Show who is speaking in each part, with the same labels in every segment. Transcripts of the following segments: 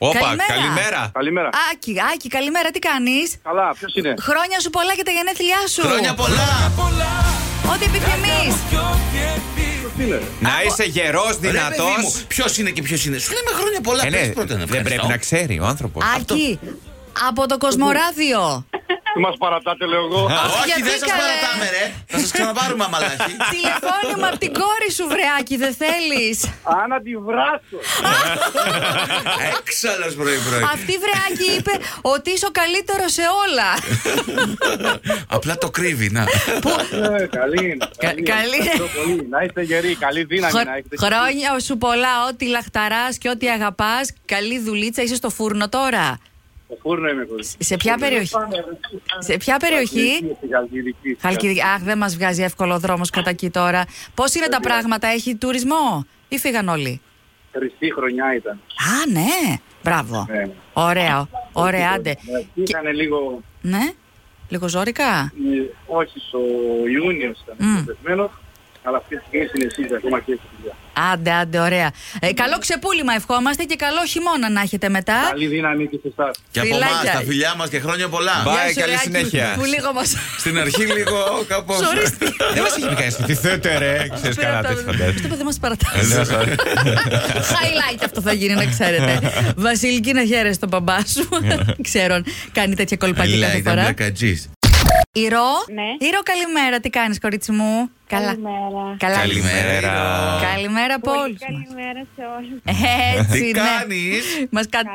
Speaker 1: Όπα,
Speaker 2: Καλημέρα.
Speaker 1: καλημέρα.
Speaker 3: Καλημέρα.
Speaker 2: Άκη, Άκη, καλημέρα, τι κάνεις.
Speaker 3: Καλά, ποιος είναι.
Speaker 2: Χρόνια σου πολλά για τα γενέθλιά σου.
Speaker 1: Χρόνια πολλά.
Speaker 2: Ό,τι επιθυμείς.
Speaker 3: Ποιος είναι.
Speaker 1: Να είσαι γερός, δυνατό.
Speaker 4: Ποιος είναι και ποιος είναι. Σου λέμε χρόνια πολλά.
Speaker 1: Ε, ναι,
Speaker 4: πες πρώτα να
Speaker 1: δεν πρέπει
Speaker 4: ευχαριστώ.
Speaker 1: να ξέρει ο άνθρωπος.
Speaker 2: Άκη, από το Κοσμοράδιο.
Speaker 3: Τι μας παρατάτε, λέω εγώ.
Speaker 4: Όχι,
Speaker 2: Γιατί
Speaker 4: δεν σα
Speaker 2: καλέ.
Speaker 4: παρατάμε, ρε. Θα σας ξαναπάρουμε, αμαλάκι.
Speaker 2: Τηλεφώνημα από την κόρη σου, βρεάκι, δεν θέλεις.
Speaker 3: Αν αντιβράσω.
Speaker 4: Έξαλλος πρωί-πρωί.
Speaker 2: Αυτή βρεάκι είπε ότι είσαι ο καλύτερος σε όλα.
Speaker 4: Απλά το κρύβει, να.
Speaker 3: Ε, Καλή είναι.
Speaker 2: Κα- καλή.
Speaker 3: Ευχαριστώ πολύ. Να είστε γεροί. Καλή δύναμη να
Speaker 2: Χρο-
Speaker 3: έχετε.
Speaker 2: Χρόνια σου πολλά, ό,τι λαχταράς και ό,τι αγαπάς. Καλή δουλίτσα, είσαι στο φούρνο τώρα.
Speaker 3: Το φούρνο είμαι εγώ.
Speaker 2: Σε ποια περιοχή. Σε ποια περιοχή.
Speaker 3: Στη Χαλκιδική.
Speaker 2: Χαλκιδική. Ε, Αχ, δεν μας βγάζει εύκολο δρόμος κατά εκεί τώρα. Πώς είναι τα πράγματα, έχει τουρισμό ή φύγαν όλοι.
Speaker 3: Χριστή χρονιά ήταν.
Speaker 2: Α, ναι. Μπράβο.
Speaker 3: Ναι.
Speaker 2: Ωραίο. Ωραία, άντε.
Speaker 3: Ε, Ήταν λίγο.
Speaker 2: Ναι. Λίγο ζώρικα.
Speaker 3: ε, Όχι στο Ιούνιο ήταν
Speaker 2: Μμμ.
Speaker 3: πεθμένο. Αλλά αυτή τη στιγμή συνεχίζει ακόμα και στη δουλειά.
Speaker 2: Άντε, άντε, ωραία. Ε, καλό ξεπούλημα ευχόμαστε και καλό χειμώνα να έχετε μετά.
Speaker 3: Ναι. Καλή δύναμη και σε εσάς.
Speaker 4: Και από
Speaker 2: Φιλάκια.
Speaker 4: εμά, τα φιλιά μας και χρόνια πολλά.
Speaker 1: Μπα-
Speaker 2: Γεια
Speaker 1: Πάει,
Speaker 2: σου,
Speaker 1: καλή
Speaker 2: Ρεάκη,
Speaker 1: συνέχεια.
Speaker 2: Που λίγο μας.
Speaker 4: Στην αρχή λίγο κάπως.
Speaker 2: Σωρίστη.
Speaker 1: Δεν μας έχει πει κανείς. Τι θέτε, ρε. Ξέρεις κανένα τέτοιο φαντάζομαι.
Speaker 2: Στο παιδί μας παρατάει.
Speaker 1: Ναι, sorry.
Speaker 2: Highlight αυτό θα γίνει, να ξέρετε. Βασιλική να χαίρεσαι τον μπαμπά σου.
Speaker 1: Ναι.
Speaker 2: Ξέρω, αν κάνει τέτοια κολπάκια
Speaker 4: Μιλάει,
Speaker 2: κάθε
Speaker 4: ήταν
Speaker 2: φορά.
Speaker 4: μπλακατζής.
Speaker 2: Ηρώ.
Speaker 5: Ναι.
Speaker 2: Ηρώ, καλημέρα. Τι κάνεις, κορίτσι μου. Καλά.
Speaker 5: Καλημέρα.
Speaker 2: Καλά.
Speaker 1: Καλημέρα.
Speaker 2: Καλημέρα από
Speaker 5: Πολύ
Speaker 2: όλους.
Speaker 5: καλημέρα σε όλους.
Speaker 2: Έτσι,
Speaker 4: Τι
Speaker 2: ναι.
Speaker 4: κάνεις?
Speaker 2: Μας
Speaker 5: Καλά.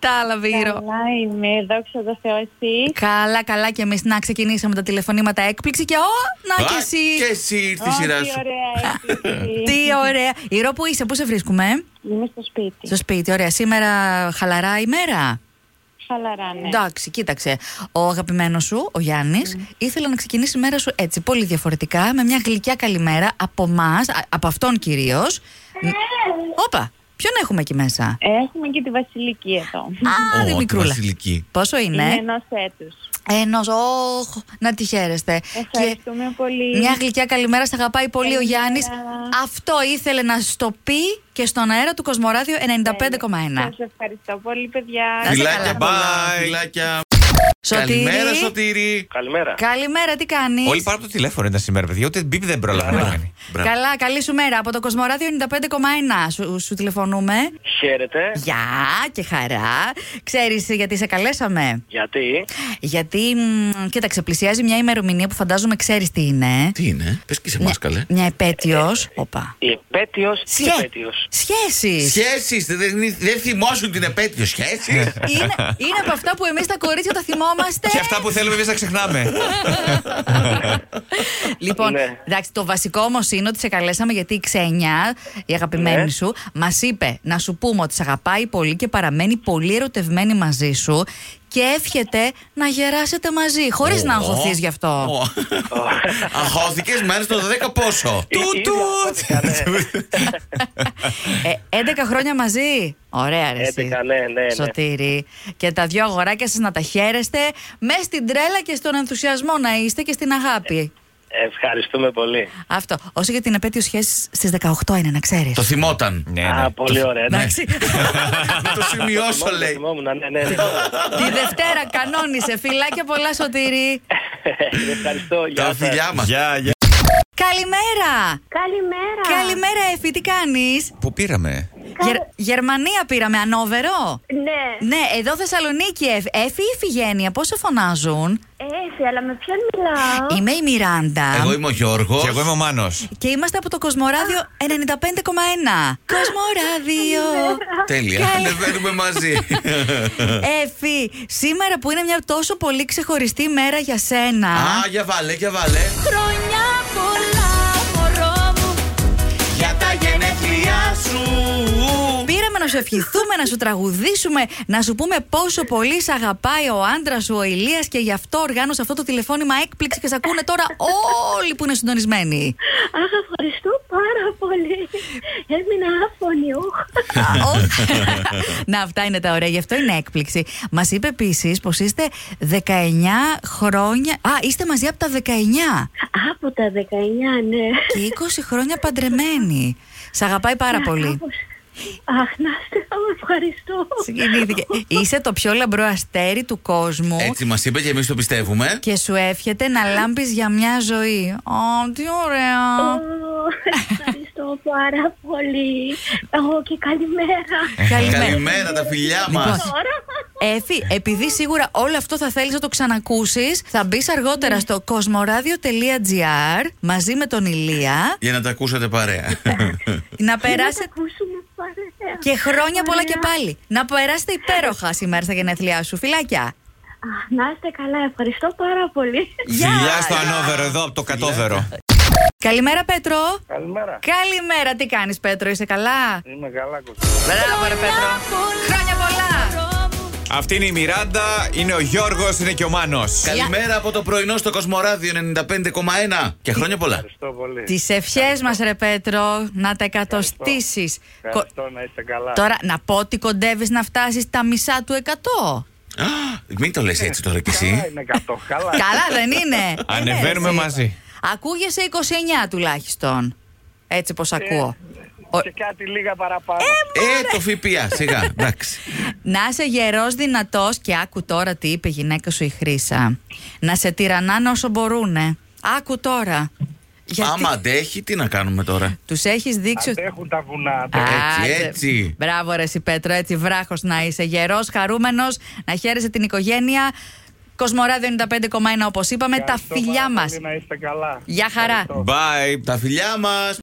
Speaker 2: κατάλαβε, Ηρώ.
Speaker 5: Καλά είμαι, δόξα τω Θεώ εσύ.
Speaker 2: Καλά, καλά και εμείς να ξεκινήσαμε τα τηλεφωνήματα έκπληξη και ο, να και
Speaker 4: Α,
Speaker 2: εσύ.
Speaker 4: Και εσύ ήρθε η σειρά
Speaker 5: Ό,τι
Speaker 4: σου.
Speaker 5: ωραία έκπληξη.
Speaker 2: Τι ωραία. Ηρώ, που είσαι, πού σε βρίσκουμε, ε?
Speaker 5: Είμαι στο σπίτι.
Speaker 2: στο σπίτι. Ωραία, σήμερα χαλαρά ημέρα.
Speaker 5: Χαλαρά, ναι.
Speaker 2: Εντάξει, κοίταξε. Ο αγαπημένος σου, ο Γιάννης,
Speaker 5: Ε.
Speaker 2: ήθελε να ξεκινήσει η μέρα σου έτσι, πολύ διαφορετικά, με μια γλυκιά καλημέρα από εμά, από αυτόν κυρίως.
Speaker 5: Ε.
Speaker 2: Όπα, ποιον έχουμε εκεί μέσα.
Speaker 5: Έχουμε και τη Βασιλική εδώ.
Speaker 2: Α, ναι.
Speaker 4: Ε. Ω,
Speaker 2: τη
Speaker 4: τη
Speaker 2: μικρούλα.
Speaker 4: Βασιλική.
Speaker 2: Πόσο
Speaker 5: Είναι
Speaker 2: είναι,
Speaker 5: ενός έτους.
Speaker 2: Ενός, όχ, να τη χαίρεστε.
Speaker 5: Ευχαριστούμε πολύ.
Speaker 2: μια γλυκιά καλημέρα, σε αγαπάει πολύ ο
Speaker 5: Καλημέρα.
Speaker 2: Γιάννης. Αυτό ήθελε να στο πει και στον αέρα του Κοσμοράδιο 95,1.
Speaker 5: Σας ευχαριστώ πολύ, παιδιά.
Speaker 2: Να είστε
Speaker 4: Φιλάκια,
Speaker 2: καλά.
Speaker 4: πολλά, φιλάκια.
Speaker 2: Σωτήρη.
Speaker 4: Καλημέρα, Σωτήρη.
Speaker 3: Καλημέρα.
Speaker 2: Καλημέρα, τι κάνεις.
Speaker 1: Όλοι πάρα από το τηλέφωνο ήταν σήμερα, παιδιά. Ούτε μπίπ δεν πρόλαβα να κάνει.
Speaker 4: Μπράβο.
Speaker 2: Καλά, καλή σου μέρα. Από το Κοσμοράδιο 95,1 σου, σου τηλεφωνούμε.
Speaker 6: Χαίρετε.
Speaker 2: Γεια και χαρά. Ξέρεις γιατί σε καλέσαμε.
Speaker 6: Γιατί.
Speaker 2: Γιατί, μ, κοίταξε, πλησιάζει μια ημερομηνία που φαντάζομαι ξέρεις τι είναι.
Speaker 4: Τι είναι, πες και σε
Speaker 2: Ναι.
Speaker 4: εμά, καλέ.
Speaker 2: Μια επέτειος. Όπα.
Speaker 6: Η επέτειος. Τι
Speaker 2: Σχέ-
Speaker 6: επέτειος.
Speaker 2: Σχέσεις.
Speaker 4: Σχέσεις, δεν δεν θυμόσουν την επέτειο σχέση.
Speaker 2: Είναι, είναι από αυτά που εμείς τα κορίτσια τα θυμόμαστε.
Speaker 1: Και αυτά που θέλουμε εμείς να ξεχνάμε.
Speaker 2: Λοιπόν,
Speaker 6: Ναι.
Speaker 2: εντάξει, το βασικό όμως είναι ότι σε καλέσαμε γιατί η Ξένια, η αγαπημένη
Speaker 6: Ναι.
Speaker 2: σου, μας είπε να σου πούμε ότι σε αγαπάει πολύ και παραμένει πολύ ερωτευμένη μαζί σου και εύχεται να γεράσετε μαζί, χωρίς να αγχωθείς γι' αυτό.
Speaker 4: Αγχώθηκε μέρε το 12 πόσο.
Speaker 6: Ή-
Speaker 1: Του,
Speaker 6: ήδη
Speaker 1: του.
Speaker 6: αγχώθηκα, ναι.
Speaker 2: Ε, 11 χρόνια μαζί. Ωραία, ρε. εσύ.
Speaker 6: 11, ναι, ναι, ναι.
Speaker 2: Σωτήρη. Και τα δυο αγοράκια σας να τα χαίρεστε. Μες στην τρέλα και στον ενθουσιασμό να είστε και στην αγάπη.
Speaker 6: Ευχαριστούμε πολύ.
Speaker 2: Αυτό. Όσο για την επέτειο σχέση στις 18 είναι, να ξέρεις.
Speaker 4: Το θυμόταν.
Speaker 1: Ναι, ναι.
Speaker 6: Α, πολύ ωραία. ναι.
Speaker 2: Εντάξει.
Speaker 4: Να το σημειώσω,
Speaker 6: Θυμόμουν,
Speaker 4: λέει.
Speaker 6: θυμόμουν, ναι, ναι, ναι.
Speaker 2: Τη Δευτέρα κανόνισε. Φιλάκια πολλά, Σωτήρη.
Speaker 6: Ε, Ευχαριστώ. γεια
Speaker 4: Τα
Speaker 6: σας.
Speaker 4: φιλιά μας.
Speaker 1: Γεια, γεια.
Speaker 2: Καλημέρα!
Speaker 5: Καλημέρα.
Speaker 2: Καλημέρα, Εφη, τι κάνεις.
Speaker 1: Πού πήραμε.
Speaker 2: Γερμανία πήραμε, Ανόβερο.
Speaker 7: Ναι,
Speaker 2: Ναι, εδώ Θεσσαλονίκη, Εφ. Εφη ή Φιγένεια, πώ σε φωνάζουν.
Speaker 7: έφυγε, αλλά με ποιον μιλάω.
Speaker 2: Είμαι η Μιράντα.
Speaker 4: Εγώ είμαι ο Γιώργος.
Speaker 1: Και εγώ είμαι ο Μάνος.
Speaker 2: Και είμαστε από το Κοσμοράδιο 95,1. Κοσμοράδιο.
Speaker 4: Τέλεια.
Speaker 2: Καλά.
Speaker 4: Ανεβαίνουμε μαζί.
Speaker 2: Εφη, σήμερα που είναι μια τόσο πολύ ξεχωριστή μέρα για σένα.
Speaker 4: Α, για βάλε, για βάλε.
Speaker 2: Χρονιά πολλά, μωρό μου.
Speaker 4: Για τα γενέθλιά σου.
Speaker 2: Πήραμε να σου ευχηθούμε, να σου τραγουδήσουμε, να σου πούμε πόσο πολύ σε αγαπάει ο άντρας σου, ο Ηλίας και γι' αυτό οργάνωσε αυτό το τηλεφώνημα έκπληξη και σε ακούνε τώρα όλοι που είναι συντονισμένοι.
Speaker 7: Αχ, ευχαριστώ πάρα πολύ. Έμεινα άφωνη, ούχ.
Speaker 2: Α, ο- να, αυτά είναι τα ωραία, γι' αυτό είναι έκπληξη. Μας είπε επίσης πως είστε 19 χρόνια. Α, είστε μαζί από τα 19
Speaker 7: Από τα 19, ναι.
Speaker 2: και 20 χρόνια παντρεμένοι. Σ' αγαπάει πάρα πολύ.
Speaker 7: Κάπως- Αχ, να είστε καλά, ευχαριστώ.
Speaker 2: Συγκινήθηκε. Είσαι το πιο λαμπρό αστέρι του κόσμου.
Speaker 4: Έτσι μας είπε και εμείς το πιστεύουμε.
Speaker 2: Και σου εύχεται να λάμπεις για μια ζωή. Ω, τι ωραία.
Speaker 7: Ω, Ευχαριστώ πάρα πολύ. Ω, και καλημέρα.
Speaker 2: Καλημέρα.
Speaker 4: Καλημέρα, τα φιλιά μα.
Speaker 2: Λοιπόν, Έφη, επειδή σίγουρα όλο αυτό θα θέλεις να το ξανακούσεις, θα μπεις αργότερα στο κοσμοradio.gr μαζί με τον Ηλία
Speaker 4: Για να τα ακούσατε παρέα.
Speaker 2: να
Speaker 7: Να τα
Speaker 2: περάσετε
Speaker 7: ακούσουμε παρέα.
Speaker 2: και χρόνια πολλά και
Speaker 7: Ωραία.
Speaker 2: πάλι. Να περάσετε υπέροχα σήμερα στα γενέθλιά σου. Φιλάκια.
Speaker 7: Αχ, να είστε καλά, ευχαριστώ πάρα πολύ.
Speaker 1: Φιλιά στο ανώβερο, εδώ από το κατώβερο.
Speaker 2: Καλημέρα, Πέτρο.
Speaker 6: Καλημέρα.
Speaker 2: Καλημέρα, τι κάνεις Πέτρο, είσαι καλά.
Speaker 6: Είμαι καλά,
Speaker 2: Μπράβο, ρε Πέτρο. Χρόνια πολλά.
Speaker 1: Αυτή είναι η Μιράντα, είναι ο Γιώργος, είναι και ο Μάνος.
Speaker 4: Καλημέρα από το πρωινό στο Κοσμοράδιο 95,1. Και χρόνια πολλά.
Speaker 6: Ευχαριστώ πολύ.
Speaker 2: Τις ευχές μας, ρε Πέτρο, να τα εκατοστήσεις.
Speaker 6: Ευχαριστώ να είστε καλά.
Speaker 2: Τώρα, να πω ότι κοντεύεις να φτάσεις τα μισά του εκατό.
Speaker 4: Α, Μην το λες έτσι τώρα κι
Speaker 6: Καλά
Speaker 4: εσύ.
Speaker 6: είναι κατώ, Ναι, καλά.
Speaker 2: Καλά, δεν είναι.
Speaker 1: Ανεβαίνουμε
Speaker 2: Ε, ναι,
Speaker 1: μαζί.
Speaker 2: εσύ. Ακούγεσαι 29 τουλάχιστον. Έτσι πως ακούω. Ο-
Speaker 6: Ε, Και κάτι λίγα παραπάνω.
Speaker 4: Ε, το ΦΠΑ, σιγά. Εντάξει.
Speaker 2: Να είσαι γερός δυνατός και άκου τώρα τι είπε η γυναίκα σου η Χρύσα. Να σε τυραννάνε όσο μπορούνε. Άκου τώρα. Γιατί
Speaker 4: Άμα αντέχει, τι να κάνουμε τώρα.
Speaker 2: τους έχεις δείξει... ότι-
Speaker 6: Αντέχουν τα βουνά.
Speaker 4: Έτσι,
Speaker 2: Άντε.
Speaker 4: έτσι.
Speaker 2: Μπράβο, ρε εσύ, Πέτρο, έτσι βράχος να είσαι. Γερός, χαρούμενος, να χαίρεσαι την οικογένεια. Κοσμοράδιο 95,1 όπως είπαμε. Τα
Speaker 6: Ευχαριστώ
Speaker 2: φιλιά
Speaker 6: πάρα
Speaker 2: μα.
Speaker 6: πολύ, Να είστε καλά.
Speaker 2: Γεια χαρά.
Speaker 6: Ευχαριστώ.
Speaker 1: Bye.
Speaker 4: Τα φιλιά μας.